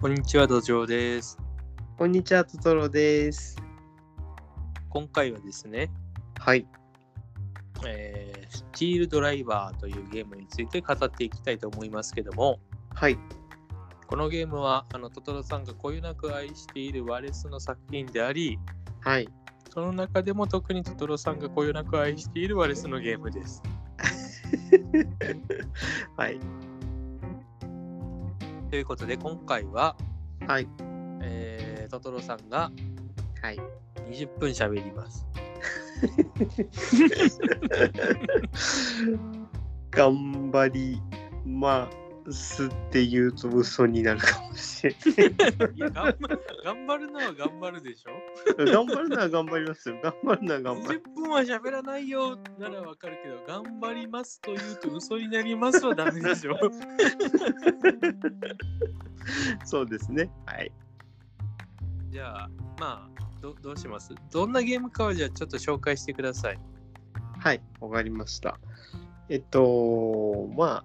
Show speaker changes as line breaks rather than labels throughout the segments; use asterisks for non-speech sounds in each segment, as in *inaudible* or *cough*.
こんにちは、土壌です。
こんにちは、トトロです。
今回はですね、
はい。
えースチールドライバーというゲームについて語っていきたいと思いますけども、
はい。
このゲームは、あの、トトロさんがこよなく愛しているワレスの作品であり、
はい。
その中でも特にトトロさんがこよなく愛しているワレスのゲームです。
はい。
ということで、今回は、
はい。
えートトロさんが
はい。
20分喋ります。
頑張りますって言うと嘘になるかもしれ
いや頑張頑張るのは頑張るでしょ
ない。頑張るのは頑張りますよ。頑張るのは頑張る。
20分は喋らないよならわかるけど、頑張りますと言うと嘘になりますはダメでし *laughs* ょ。
そうですね。はい。
じゃあ、まあど、どうしますどんなゲームかはじゃあちょっと紹介してください。
はい。わかりました。えっと、まあ、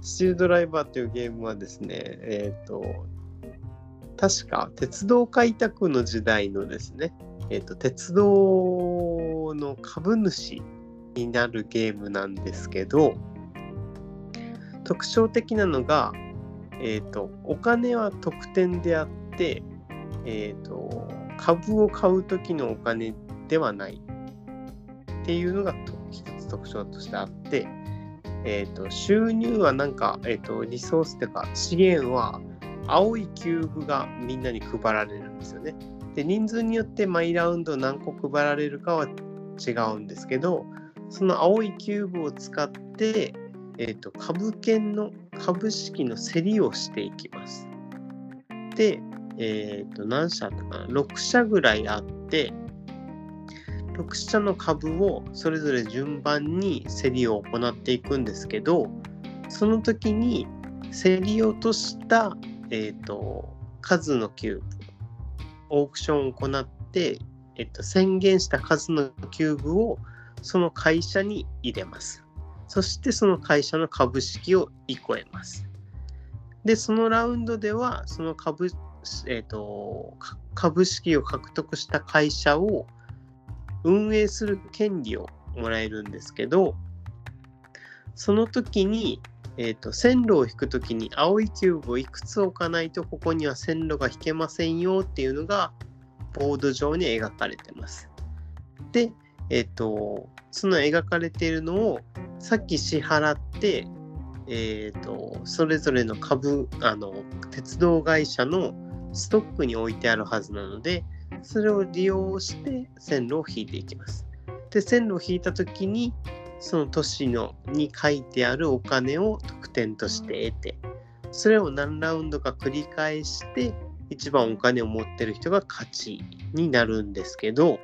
スチールドライバーというゲームはですね、えっと、確か鉄道開拓の時代のですね、えっと、鉄道の株主になるゲームなんですけど、特徴的なのが、えっと、お金は特典であって、えっと、株を買う時のお金ではないっていうのがと一つ特徴としてあって、えー、と収入はなんか、えー、とリソースというか資源は青いキューブがみんなに配られるんですよね。で人数によって毎ラウンド何個配られるかは違うんですけどその青いキューブを使って、えー、と株券の株式の競りをしていきます。で、えー、と何社だったかな6社ぐらいあって、6社の株をそれぞれ順番に競りを行っていくんですけどその時に競り落とした、えー、と数のキューブオークションを行って、えっと宣言した数のキューブをその会社に入れますそしてその会社の株式を1個得ますでそのラウンドではその株,、えー、とか株式を獲得した会社を運営する権利をもらえるんですけどその時に、えー、と線路を引く時に青いキューブをいくつ置かないとここには線路が引けませんよっていうのがボード上に描かれてます。で、えー、とその描かれているのをさっき支払って、えー、とそれぞれの株あの鉄道会社のストックに置いてあるはずなのでそれを利用して線路を引いていきます。で線路を引いた時にその都市のに書いてあるお金を得点として得てそれを何ラウンドか繰り返して一番お金を持ってる人が勝ちになるんですけど、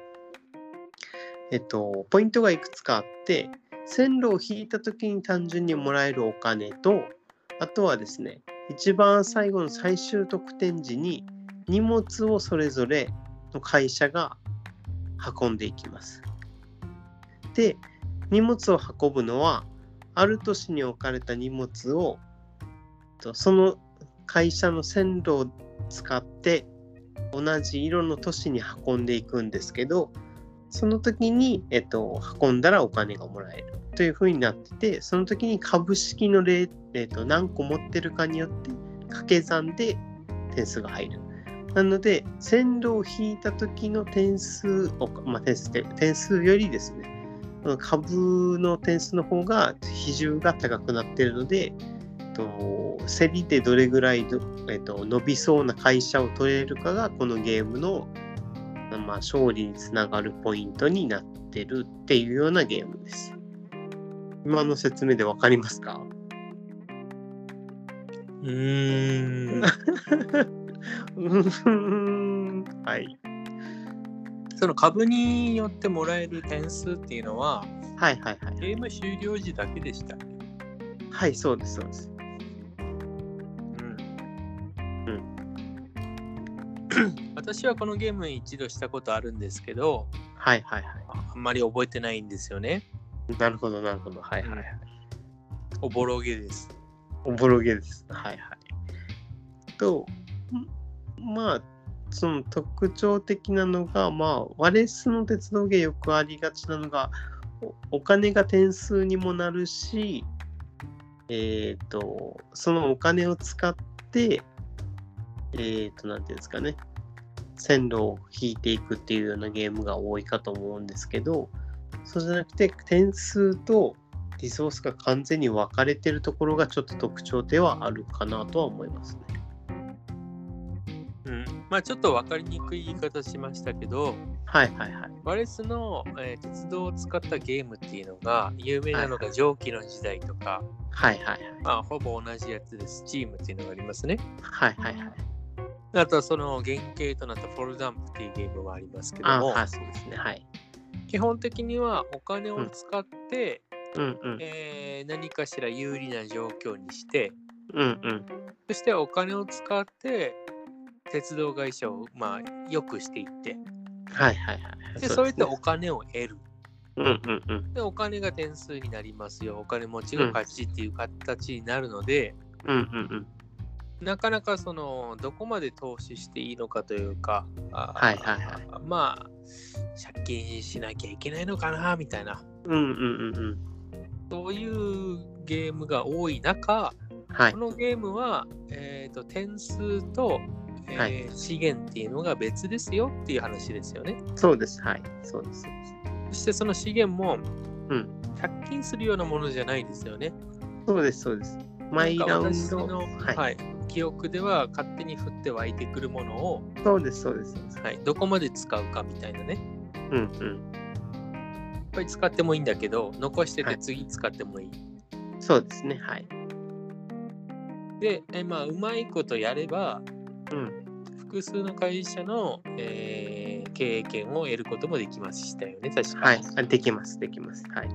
えっと、ポイントがいくつかあって線路を引いた時に単純にもらえるお金とあとはですね一番最後の最終得点時に荷物をそれぞれの会社が運んでいきます。で荷物を運ぶのはある都市に置かれた荷物をとその会社の線路を使って同じ色の都市に運んでいくんですけどその時に、えっと、運んだらお金がもらえるというふうになっててその時に株式のレ、えっと、何個持ってるかによって掛け算で点数が入る。なので、線路を引いた時の点数を、まあ、点数って点数よりですね、この株の点数の方が比重が高くなっているので、えっと競りでどれぐらいど、えっと、伸びそうな会社を取れるかが、このゲームの、まあ、勝利につながるポイントになってるっていうようなゲームです。今の説明でわかりますか *laughs*
うーん。
うーんはい。
その株によってもらえる点数っていうのは、
はいはいはい。
ゲーム終了時だけでした。
はい、そうです、そうです。
うん。 *coughs* 私はこのゲーム一度したことあるんですけど、
はいはいはい。
あんまり覚えてないんですよね。
なるほど、なるほど。はいはいはい。
おぼろげです。
おぼろげです。はいはい。と、まあその特徴的なのがまあワレスの鉄道芸よくありがちなのがおお金が点数にもなるしえっ、とそのお金を使ってえっ、となんていうんですかね線路を引いていくっていうようなゲームが多いかと思うんですけどそうじゃなくて点数とリソースが完全に分かれてるところがちょっと特徴ではあるかなとは思いますね。
うん、まあちょっと分かりにくい言い方しましたけど
はいはいはい。
ワレスの、えー鉄道を使ったゲームっていうのが有名なのが蒸気の時代とか、
はいはいはい。
まあ、ほぼ同じやつでスチームっていうのがありますね
はいはいはい。
あとはその原型となったフォルダンプっていうゲームもありますけど
あ
も
あ、そうですね。はい。
基本的にはお金を使って、
うんうん。
えー何かしら有利な状況にして
うんうん。
そしてお金を使って鉄道会社をまあ良くしていって
はいはいはい。
でそういった
う
お金を得る
ですねうんうん
でお金が点数になりますよお金持ちが勝ちっていう形になるので、
うん。うんうんうん。
なかなかそのどこまで投資していいのかというかあー
はいはいはい
まあ借金しなきゃいけないのかなみたいな
うんうんうんうん。
そういうゲームが多い中
はい
こ。のゲームは、えー、と点数と、えー
はい
資源っていうのが別ですよっていう話ですよね。
そうです。はい。そうです。そうです
そしてその資源も、
うん
借金するようなものじゃないですよね。
そうです。そうです。毎ラウン
な
ド
んか。私の、
は。
はいい、記憶では勝手に降って湧いてくるものを、
そうです。そうです。そうです
はい、どこまで使うかみたいなね。
うんうん。
いっぱい使ってもいいんだけど残して
は
て
い
次使ってもいい、
そうですね。はい。
でえまあうまいことやれば
うん。
複数の会社の、えー経験を得ることもできましたよね確か
はい。あできます。できます。はい。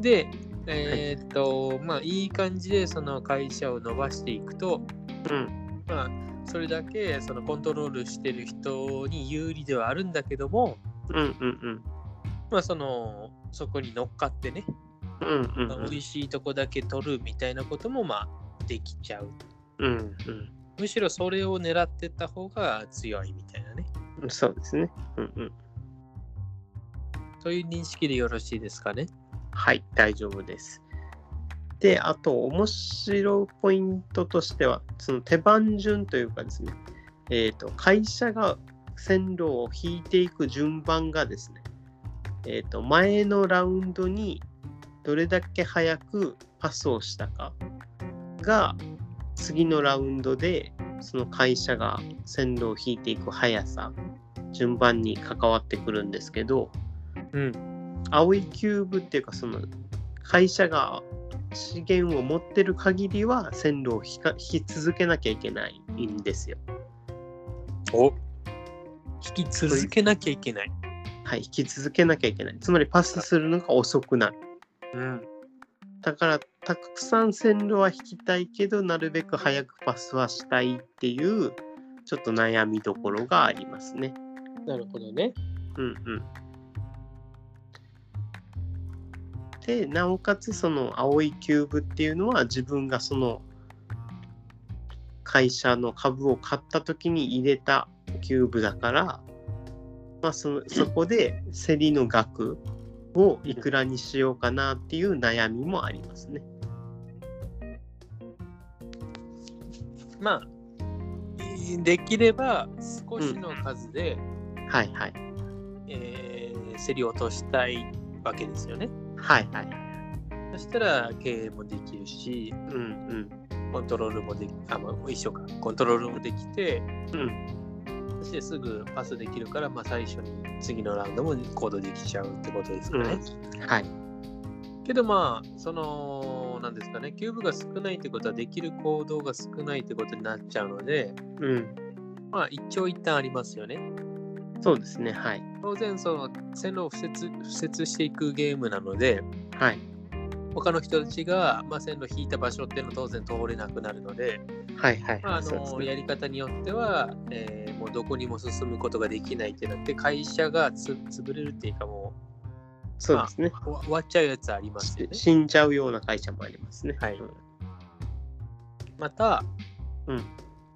でえーっと、まあいい感じでその会社を伸ばしていくと
うん。
まあそれだけそのコントロールしてる人に有利ではあるんだけども
うんうんうん。
まあそのそこに乗っかってね、
うんうん
まあ
うん。
美味しいとこだけ取るみたいなこともまあできちゃう
うん
むしろそれを狙ってった方が強いみたいなね
うん。そうですね。うんうん。
そういう認識でよろしいですかね
はい、大丈夫です。で、あと、面白いポイントとしては、その手番順というかですね、えっ、と、会社が線路を引いていく順番がですね、えっ、と、前のラウンドにどれだけ早くパスをしたかが、次のラウンドで、その会社が線路を引いていく速さ、順番に関わってくるんですけど、
うん
青いキューブっていうかその会社が資源を持ってる限りは線路を引か引き続けなきゃいけないんですよ。
お引き続けなきゃいけない
はい、引き続けなきゃいけない。つまりパスするのが遅くなる。
うん
だからたくさん線路は引きたいけどなるべく早くパスはしたいっていうちょっと悩みどころがありますね。
なるほどね
うんうん。で、なおかつその青いキューブっていうのは自分がその会社の株を買った時に入れたキューブだから、まあ、そそこで競りの額をいくらにしようかなっていう悩みもありますね。
まあいできれば少しの数で、
はいはい。
えー競り落としたいわけですよね
はいはい。
そしたら経営もできるし
うん
コントロールもできあもう一緒かコントロールもできて
うん。うん。
そしてすぐパスできるから、まあ、最初に次のラウンドも行動できちゃうってことですかね、
はい。
けどまあそのなんですかねキューブが少ないってことはできる行動が少ないってことになっちゃうので
うん。
まあ一長一短ありますよね
そうですね。はい。
当然その線路を敷設敷設していくゲームなので
はい。
他の人たちが、まあ、線路引いた場所っていうのは当然通れなくなるので、
はいはい。
まあ、あ
そうです
の
ね
やり方によっては、えーもうどこにも進むことができないってなって会社がつ潰れるっていうかも
そうですね。
うわ終わっちゃうやつありますよね
死んじゃうような会社もありますね。
はい
うん
また、
うん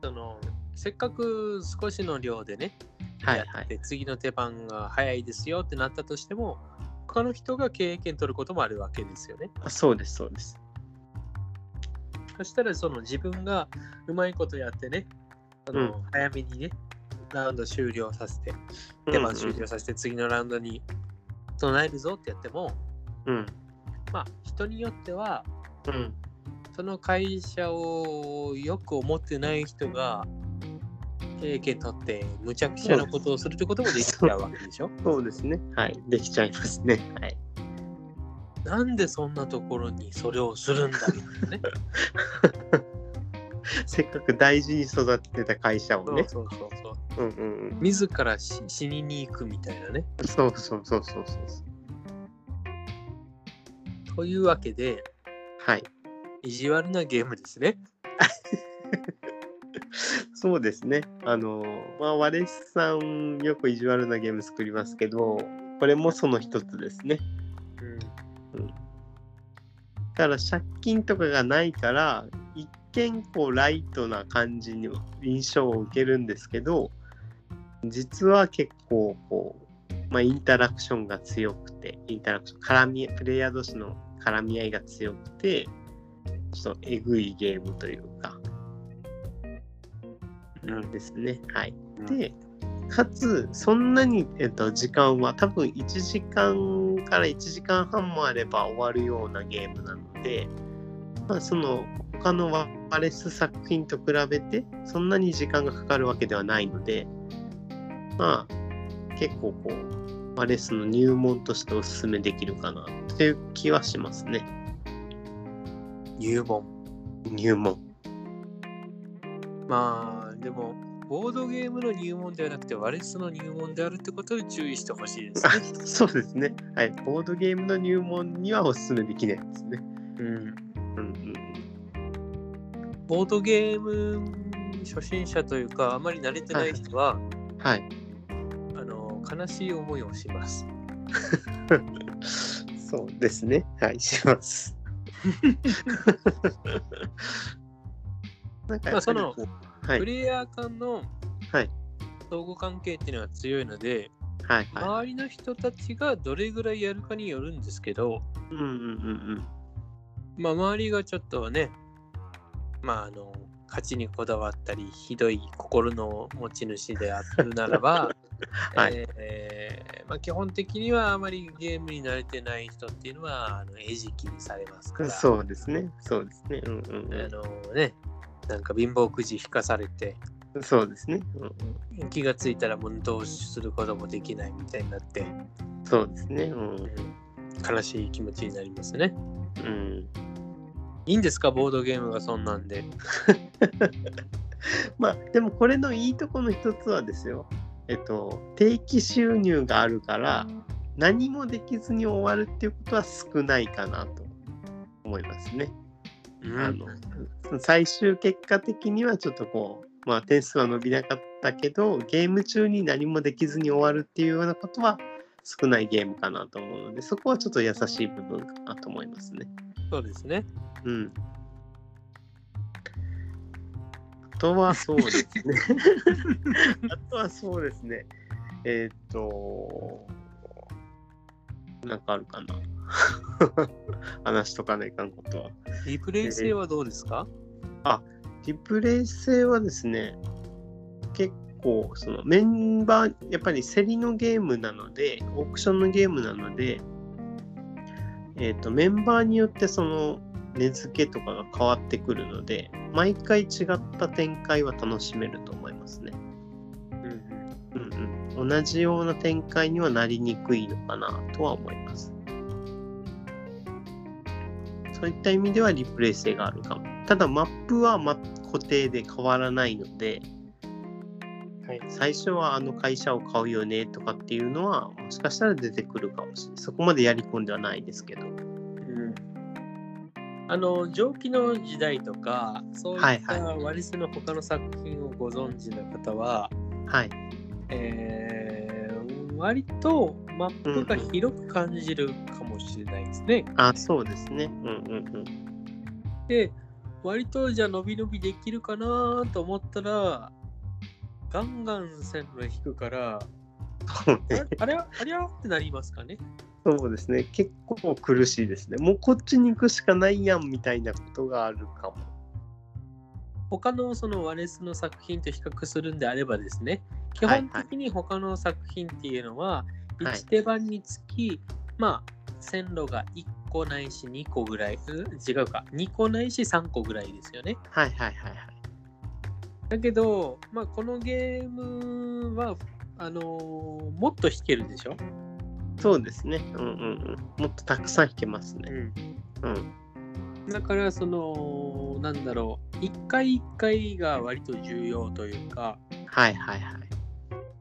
そのせっかく少しの量でね、
はい
や
は
っ
い。
て次の手番が早いですよってなったとしても他の人が経験取ることもあるわけですよね。
あそうです、そうです。
そしたらその自分がうまいことやってね、あの
う
早めにね、ラウンド終了させて、手番終
うん
了させて次のラウンドに備えるぞってやっても、
うん。
まあ人によっては
うん。
その会社をよく思ってない人が経験取ってむちゃくちゃなことをするってこともできちゃうわけでしょ
そうですね。はい。できちゃいますね。はい。
なんでそんなところにそれをするんだみたいなね。
せっかく大事に育ててた会
*laughs*
社をね。
そうそうそう。
うんうんうん。
自らし死にに行くみたいなね。
そうそうそうそうそうそう。
というわけで、
はい。
意地悪なゲームですね。
そうですね。あの、まあ、ワレスさん、よく意地悪なゲーム作りますけど、これもその一つですね。
うん、
だから借金とかがないから、一見こうライトな感じに印象を受けるんですけど、実は結構こう、まあ、インタラクションが強くて、インタラクション、絡み、プレイヤー同士の絡み合いが強くて、ちょっとえぐいゲームというか、
うん
ですね。はい。
で、
でかつそんなに、えっと、時間は多分1時間から1時間半もあれば終わるようなゲームなので、まあ、その他のワワレス作品と比べてそんなに時間がかかるわけではないのでまあ結構こうワレスの入門としておすすめできるかなという気はしますね
入門。
入門 *laughs*
まあ、でも、ボードゲームの入門ではなくて、ワレスの入門であるってことで注意してほしいです
あ
ね。
そうですねはいボードゲームの入門にはおすすめできないですね
うん、
うんうん
ボードゲーム初心者というか、あまり慣れてない人は、
うんはい
あの悲しい思いをします。
そうですね。はい、し
*laughs*
ます。なんかやっぱりこうはい
プ、レイヤー間の
はい
相互関係っていうのは強いので、
はい、は
周りの人たちがどれぐらいやるかによるんですけど、
い。うんうんうん
まあ、周りがちょっとね、まあ、あの勝ちにこだわったりひどい心の持ち主であるならば、
*laughs* はい
えーまあ、基本的にはあまりゲームに慣れてない人っていうのはあの餌食にされますか
うん。
ら
そうですね。そうですね。うんうん
あの、ね、なんか貧乏くじ引かされて
うん。そうですね。うん
気がついたらもうどうすることもできないみたいになって、
うん、そうですね。うん
うん悲しい気持ちになりますね。
うん。
いいんですかボードゲームがそんなんで。
まあ、でもこれのいいとこの一つはですよ。えっと、定期収入があるから、何もできずに終わるっていうことは少ないかなと思いますね。
うん
あの最終結果的にはちょっとこう、まあ、点数は伸びなかったけどゲーム中に何もできずに終わるっていうようなことは少ないゲームかなと思うのでそこはちょっと優しい部分かなと思いますね。
そうですね。
うん、あとはそう
*laughs*
ですね。あとはそうですね。えーっと、なんかあるかな。 *laughs* 話しとかないかんことは。
リプレイ性はどうですか、
リプレイ性はですね、結構そのメンバー、やっぱり競りのゲームなので、オークションのゲームなので、えー、とメンバーによってその値付けとかが変わってくるので、毎回違った展開は楽しめると思いますね。
うん
うんうん、同じような展開にはなりにくいのかなとは思います。そういった意味ではリプレイ性があるかも。ただマップはま固定で変わらないので、
はい
最初はあの会社を買うよねとかっていうのはもしかしたら出てくるかもしれない。そこまでやり込んではないですけど。
あの蒸気の時代とかそう
はいい
った
は
ワリスの他の作品をご存知の方は、
はい。
えー割とマップが広く感じるかもしれないですね。
あ、そうですね。うんうんうん。
で割とじゃあ伸び伸びできるかなと思ったら、ガンガン線路引くから、
そう
あ
ね
れあれはあれはってなりますかね。
*laughs* そうですね。結構苦しいですね。もうこっちに行くしかないやんみたいなことがあるかも。
他のそのワレスの作品と比較するんであればですね、基
はい
本的に他の作品っていうのは、
はい
1手番につき、まあ、線路が1個ないし2個ぐらい、うん違うか、2個ないし3個ぐらいですよね。
はいはいはいはい。
だけど、まあ、このゲームは、あのーもっと弾けるでしょ、
そうですね。うんうんうん。もっとたくさん弾けますね。うん。
だから、その、なんだろう、一回一回が割と重要というか、
はいはいはい。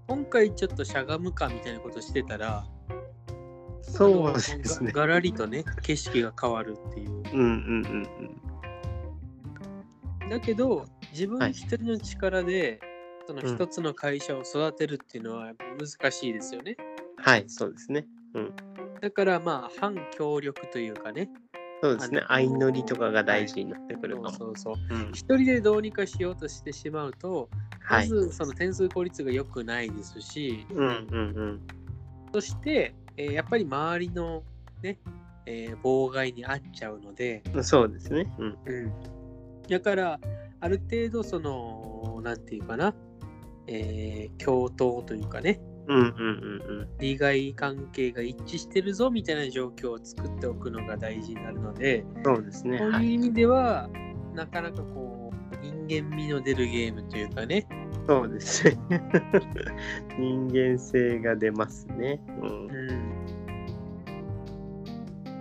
今回ちょっとしゃがむかみたいなことしてたら、
そうですね。
がらりとね、景色が変わるっていう。
うんうんうん
だけど、自
は
分
い
一人の力で、その
うん
一つの会社を育てるっていうのは難しいですよね。
うん。はい、そうですね。
だからまあ、反協力というかね。
そうですね。
あの
相乗りとかが大事になってくるかも。
そうそうそう。
うん
一人でどうにかしようとしてしまうと、
は
ま
い。
ずその点数効率が良くないですし、
うんうん
そして、えーやっぱり周りのね、えー妨害に遭っちゃうので、
うん。そうですね。うん。
だからある程度そのなんていうかな、えー共闘というかね
うんうんうんうん。
利害関係が一致してるぞみたいな状況を作っておくのが大事になるので、
そうですね。
こ
は
ういう
い。
意味ではなかなかこう人間味の出るゲームというかね、
そうですね。 *laughs* 人間性が出ますね。うん。
うん、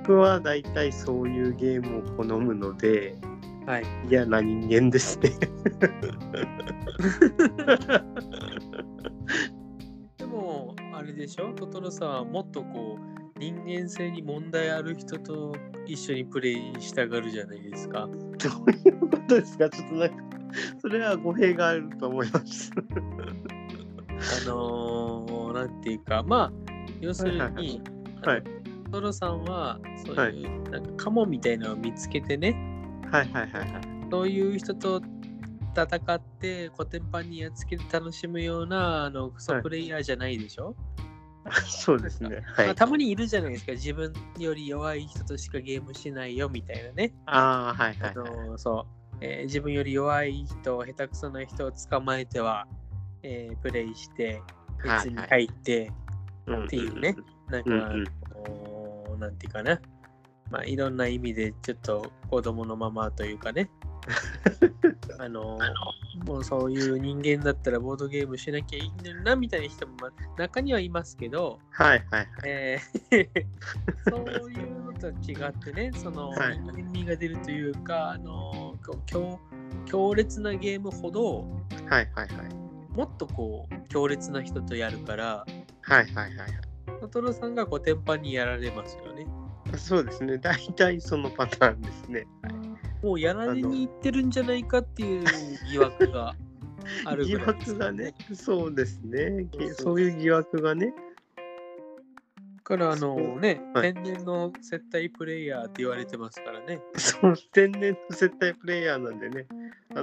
僕は大体そういうゲームを好むので
はい
嫌な人間ですね。
でもあれでしょトトロさんはもっとこう人間性に問題ある人と一緒にプレイしたがるじゃないですか。
どういうことですかちょっとなんかそれは語弊があると思います。
あのー、なんていうかまあ要するに、
はいはいはいはい
あのトロさんはそう
はい
いう、なんかカモみたいなのを見つけてね
はいはいはいはい。
そういう人と戦ってコテンパンにやっつけて楽しむようなあのクソ
はい
プレイヤーじゃないでしょ、
そうですね。はい
まあ、。たまにいるじゃないですか自分より弱い人としかゲームしないよみたいなね、
ああ、はいはいはい。
あのそうえー自分より弱い人下手くそな人を捕まえては、えープレイして
は
別
い
に
はい
入って、
うん
っていうね。なんか、
うんうん
こうなんていうかな、まあ、いろんな意味でちょっと子供のままというか
*laughs*
ね、あのもうそういう人間だったらボードゲームしなきゃいいのになみたいな人も、まあ中にはいますけど、
はいはいはい。
えー
*laughs*
そういうのとは違ってね、その
はい
人間味が出るというか、あのこう強強烈なゲームほど、
はいはいはい。
もっとこう強烈な人とやるから、
はいはいはいはい。
トトロさんがこう天板にやられますよね。
そうですね。大体そのパターンですね。
もうやられに行ってるんじゃないかっていう疑惑
*laughs*
がある
疑
ぐらいです
惑
よ
がね。、そうですね
そうそう。
そういう疑惑がね。
だからあのね、
はい
天然の接待プレイヤーって言われてますからね。
そう、天然の接待プレイヤーなんでね。あ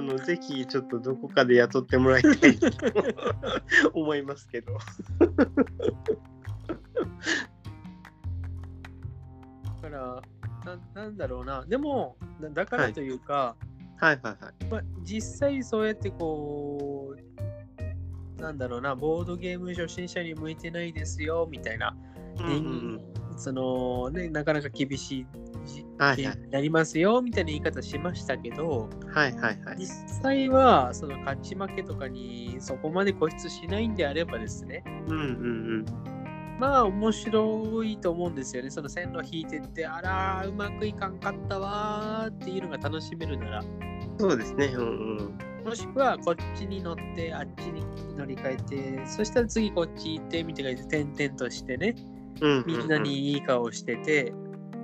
*laughs*
の、ぜひちょっとどこかで雇ってもらいたいと思いますけど。
だからな、なんだろうな、でも、だだからというか、
はいはいはい。
まあ、実際そうやってこう、なんだろうな、ボードゲーム初心者に向いてないですよみたいな、
うんうん
*laughs* そのね、なかなか厳しいじ
うんはい
ゲ
はい
ームになりますよみたいな言い方しましたけど、
はいはいはい。
実際はその勝ち負けとかにそこまで固執しないんであればですね
うんうん
まあ面白いと思うんですよねその線路引いてってあらーうまくいかんかったわーっていうのが楽しめるなら
うん。そうですね。うんうん。
もしくはこっちに乗ってあっちに乗り換えてそしたら次こっち行ってみたいな感じで転々としてね
うんうんうん
みんな。にいい顔してて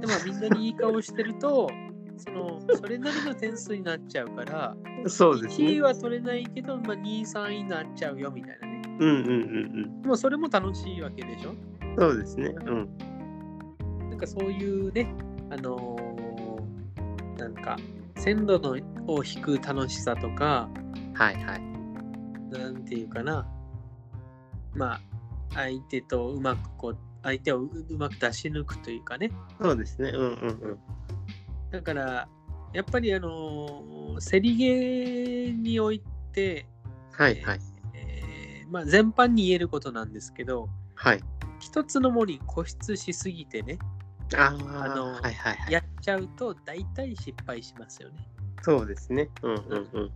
でもみんなにいい顔してるとそのそれなりの点数になっちゃうから
そうです
1位
ね。
は取れないけど、まあ、2位3位になっちゃうよみたいなね
うんうんうん
でもそれも楽しいわけでしょ
うん。そうですね。うん。
なんかそういうね、あのーなんか鮮度のを引く楽しさとか
はいはい。
なんていうかなまあ相手とうまくこう相手をううまく出し抜くというかね
そうですね。うんうんうん。
だからやっぱりあのー競りゲーにおいて、
はいはい。
えーまあ、全般に言えることなんですけど
はい。
一つのものに固執しすぎてね
あ
あ
あ
の
はいはいはい。
やっちゃうと大体失敗しますよね。
そうですね。うんうんうん。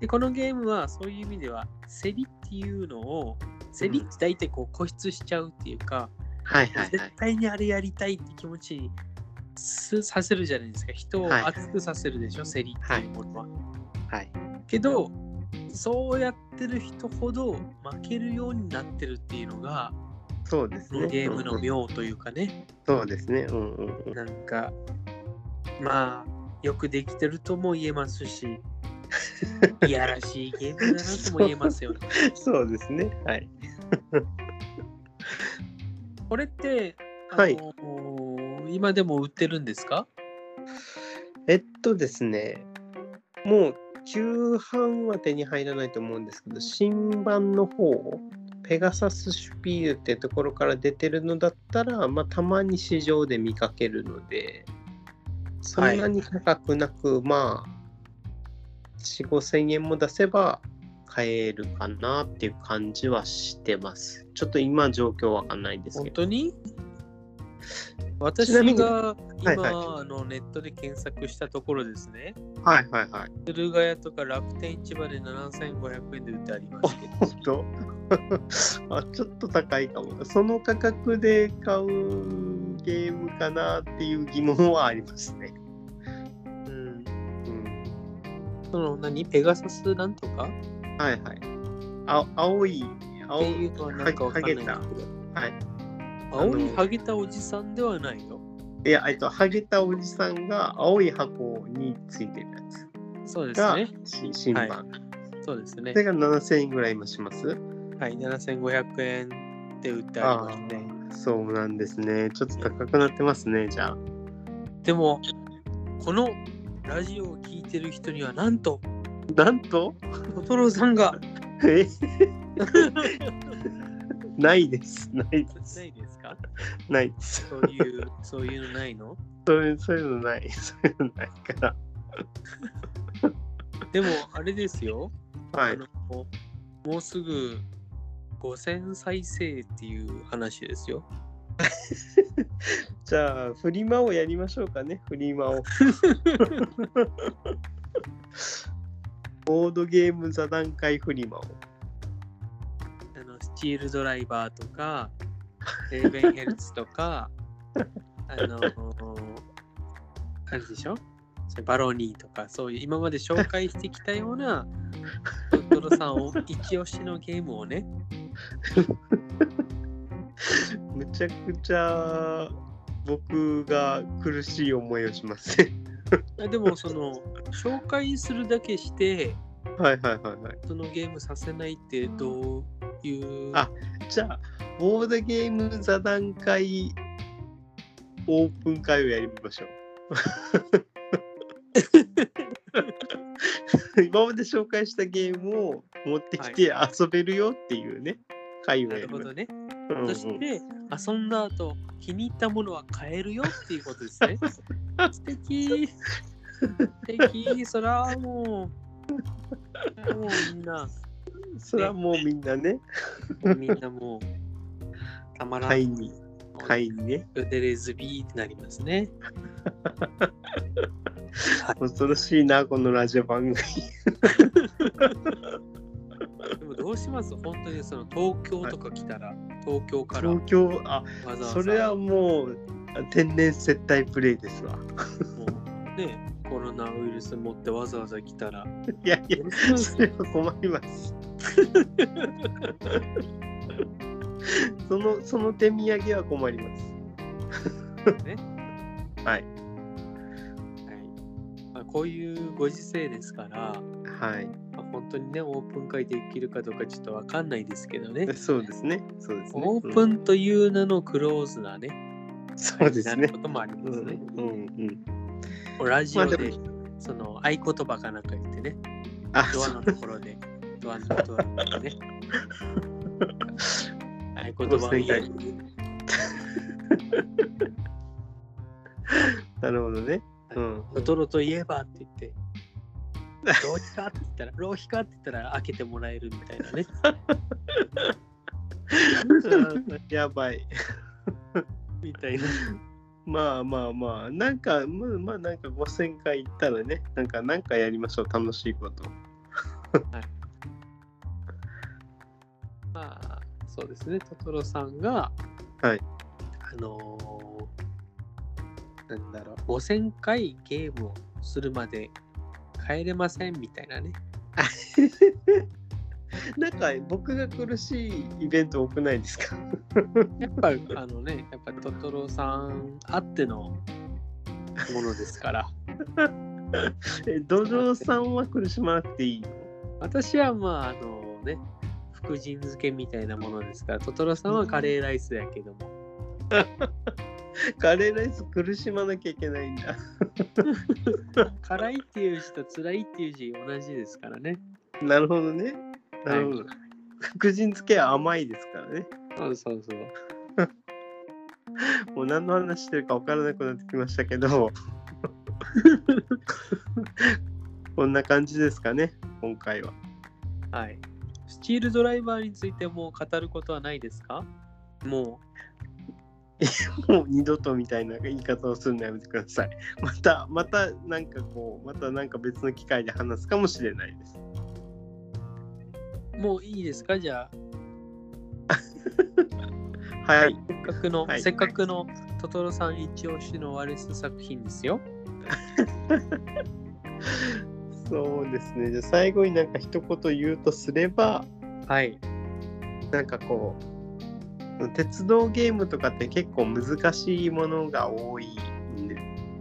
でこのゲームはそういう意味では競りっていうのを競りって大体こう固執しちゃうっていうか、
はいはいは
絶
い。
対にあれやりたいって気持ちにすさせるじゃないですか人を
はい
熱くさせるでしょ、競りっていうものは。
はい。
けどそうやってる人ほど負けるようになってるっていうのが
そうです
この
ね。
ゲームの
うんうん
妙というかね。
そうですね。うんうんうん。
なんかまあよくできてるとも言えます
*laughs*
しいやらしいゲームだなとも言えますよね。
そうですね。はい。
これって、あの
はい
今でも売ってるんですか
えっとですね。もう旧版は手に入らないと思うんですけど、新版の方。ペガサスシュピールってところから出てるのだったら、まあ、たまに市場で見かけるので、そんなに高くなく、まあ、4、5千円も出せば買えるかなっていう感じはしてます。ちょっと今状況わかんないです
本
けど。
当に私
ちなみに
が今、
はいはい
あのネットで検索したところですね、
はいはいはい。
駿河屋とか楽天市場で7500円で売ってありますけど、
と *laughs* あちょっと高いかもその価格で買うゲームかなっていう疑問はありますね、
うん、
うん、
その何ペガサスなんとか
はいはいあ青い
っ
青
て
い
いうのはなんかわかんないんだけど、
はい
青い
あの
ハゲたおじさんではないよ。
いやえっとハゲたおじさんが青い箱についてるや
そうで
つ
す
が、
ね。
し新版、
はそうですね
そ。れが7000円ぐらい今します
はい、7500円で売ってありますね。
あーそうなんですねちょっと高くなってますねじゃあ
でも、このラジオを聞いてる人にはなんと、
なんと
トトロさん *laughs* が
えないですないで
な
す
いですか
ないです
*laughs* そういう、そういうのないの
そういうそういうのない、 *laughs* そういうのないから。
でも、あれですよ、
は
あ
い
の。もうもうすぐ5000再生っていう話ですよ。
じゃあ、フリマをやりましょうかね、フリマ
*laughs*
を。ボードゲーム座談会フリマを。
あのスチールドライバーと
*laughs*
か、レーベンヘルツとか、あのあれでしょそれバロニーとか、そういう今まで紹介してきたような、トトロさんを一押しのゲームをね、
むちゃくちゃ僕が苦しい思いをしますね。
あでもその、紹介するだけして、
はいはいはいはい。
そのゲームさせないってどういう。
あじゃあ、ボードゲーム座談会オープン会をやりましょ
*laughs*
う。今まで紹介したゲームを持ってきて遊べるよっていうね、会を
な
やり
る
ま
ほ
しょ
どね。
う
そし
んうん
て、遊んだ後、気に入ったものは買えるよっていうことですね。
*laughs*
素敵素敵そらもう、もうみんな、
それはもうみんなね、
みんなもう、たまらん。
会に、会にね、
デレズビーってなりますね。
恐ろしいな、このラジオ番組。
でもどうします本当にその東京とか来たら、東京からわ
東京、あ、
ざわざ。
それはもう天然接待プレイですわ。
もう、ね、コロナウイルス持ってわざわざ来たら。
いやいや、それは困ります。そのその手土産は困ります。
ね
は
は
い。
いまあ、こういうご時世ですから、
はい。
まあ本当にね、オープン会できるかどうかちょっとわかんないですけどね。
そうですね。そうですね。
オープ
ン、
ンという名のクローズなね、
そうです
な
ね
るこ。ともあり
う
ま
ん
す
うん
ね。
うん。
ラジオ
まあ
で
で
その合言葉かなんか言ってね、
あ、
ドア
そ
の
う
ところ
*laughs*
で、ドアのところでね。合言葉を言える
なるほどね。うん。
トトロといえばって言って、浪費かって言ったら、浪費かって言ったら開けてもらえるみたいな
*laughs*
ね。
*laughs* やばい。
みたいな。
まあまあまあ、なんか、まあまあ、なんか5000回行ったらね、なんか、なんかやりましょう、楽しいこと。
まあ、そうですね、トトロさんが、
はい。
あのーなんだろう、5000回ゲームをするまで帰れませんみたいなね。
なんか、僕が苦しいイベント多くないですか *laughs*
やっぱ、あのね、やっぱトトロさんあってのものです
*laughs*
から。
え、土壌さんは苦しまなくていいの
私はまああのね福神漬けみたいなものですからトトロさんはカレーライスやけども、
カレーライス苦しまなきゃいけないんだ。 *laughs*
辛いっていう字と辛いっていう字同じですからね
なるほどね。なるほど。
は
福神漬けは甘いですからね。
そうそうそう
もう何の話してるか分からなくなってきましたけど *laughs* こんな感じですかね今回は
はいスチールドライバーについてもう語ることはないですかも
もう二度とみたいな言い方をするのやめてくださいまたまたなんかこうまたなんか別の機会で話すかもしれないです
うもういいですかじゃあ
はい
せっかくの、
はい
せっかくのトトロさん一押しのワルス作品ですよ
そうですねじゃあ最後になんか一言言うとすれば
はい
なんかこう鉄道ゲームとかって結構難しいものが多い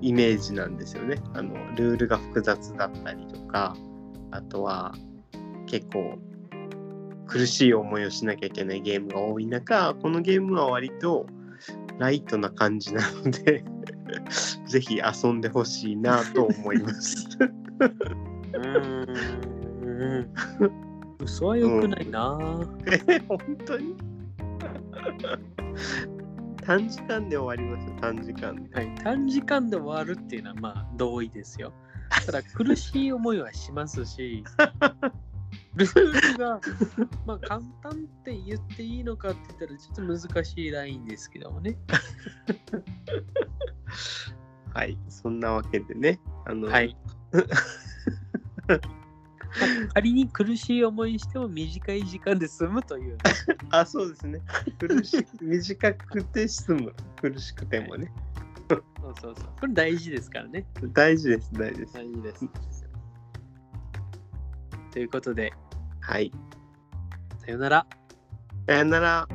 イメージなんですよね。あのルールが複雑だったりとかあとは結構苦しい思いをしなきゃいけないゲームが多い中このゲームは割とライトな感じなので *laughs* ぜひ遊んでほしいなと思います。
うーん嘘は良くないな、
え *laughs* 本当に *laughs* 短時間で終わりました短時間で。
はい、短時間で終わるっていうのはまあ同意です *laughs* よ。ただ苦しい思いはします *laughs* し、ルールがまあ簡単って言っていいのかって言ったらちょっと難しいラインですけどもね。
はい、そんなわけでね、あの、
はい。 *laughs* 仮に苦しい思いしても短い時間で済むという。
あ、そうですね。苦し
*laughs*
短くて済む、苦しくてもね、
そうそうそう。これ大事ですからね。
大事です、大事です。
大事です。ということで、
はい、
さよなら。
さよなら。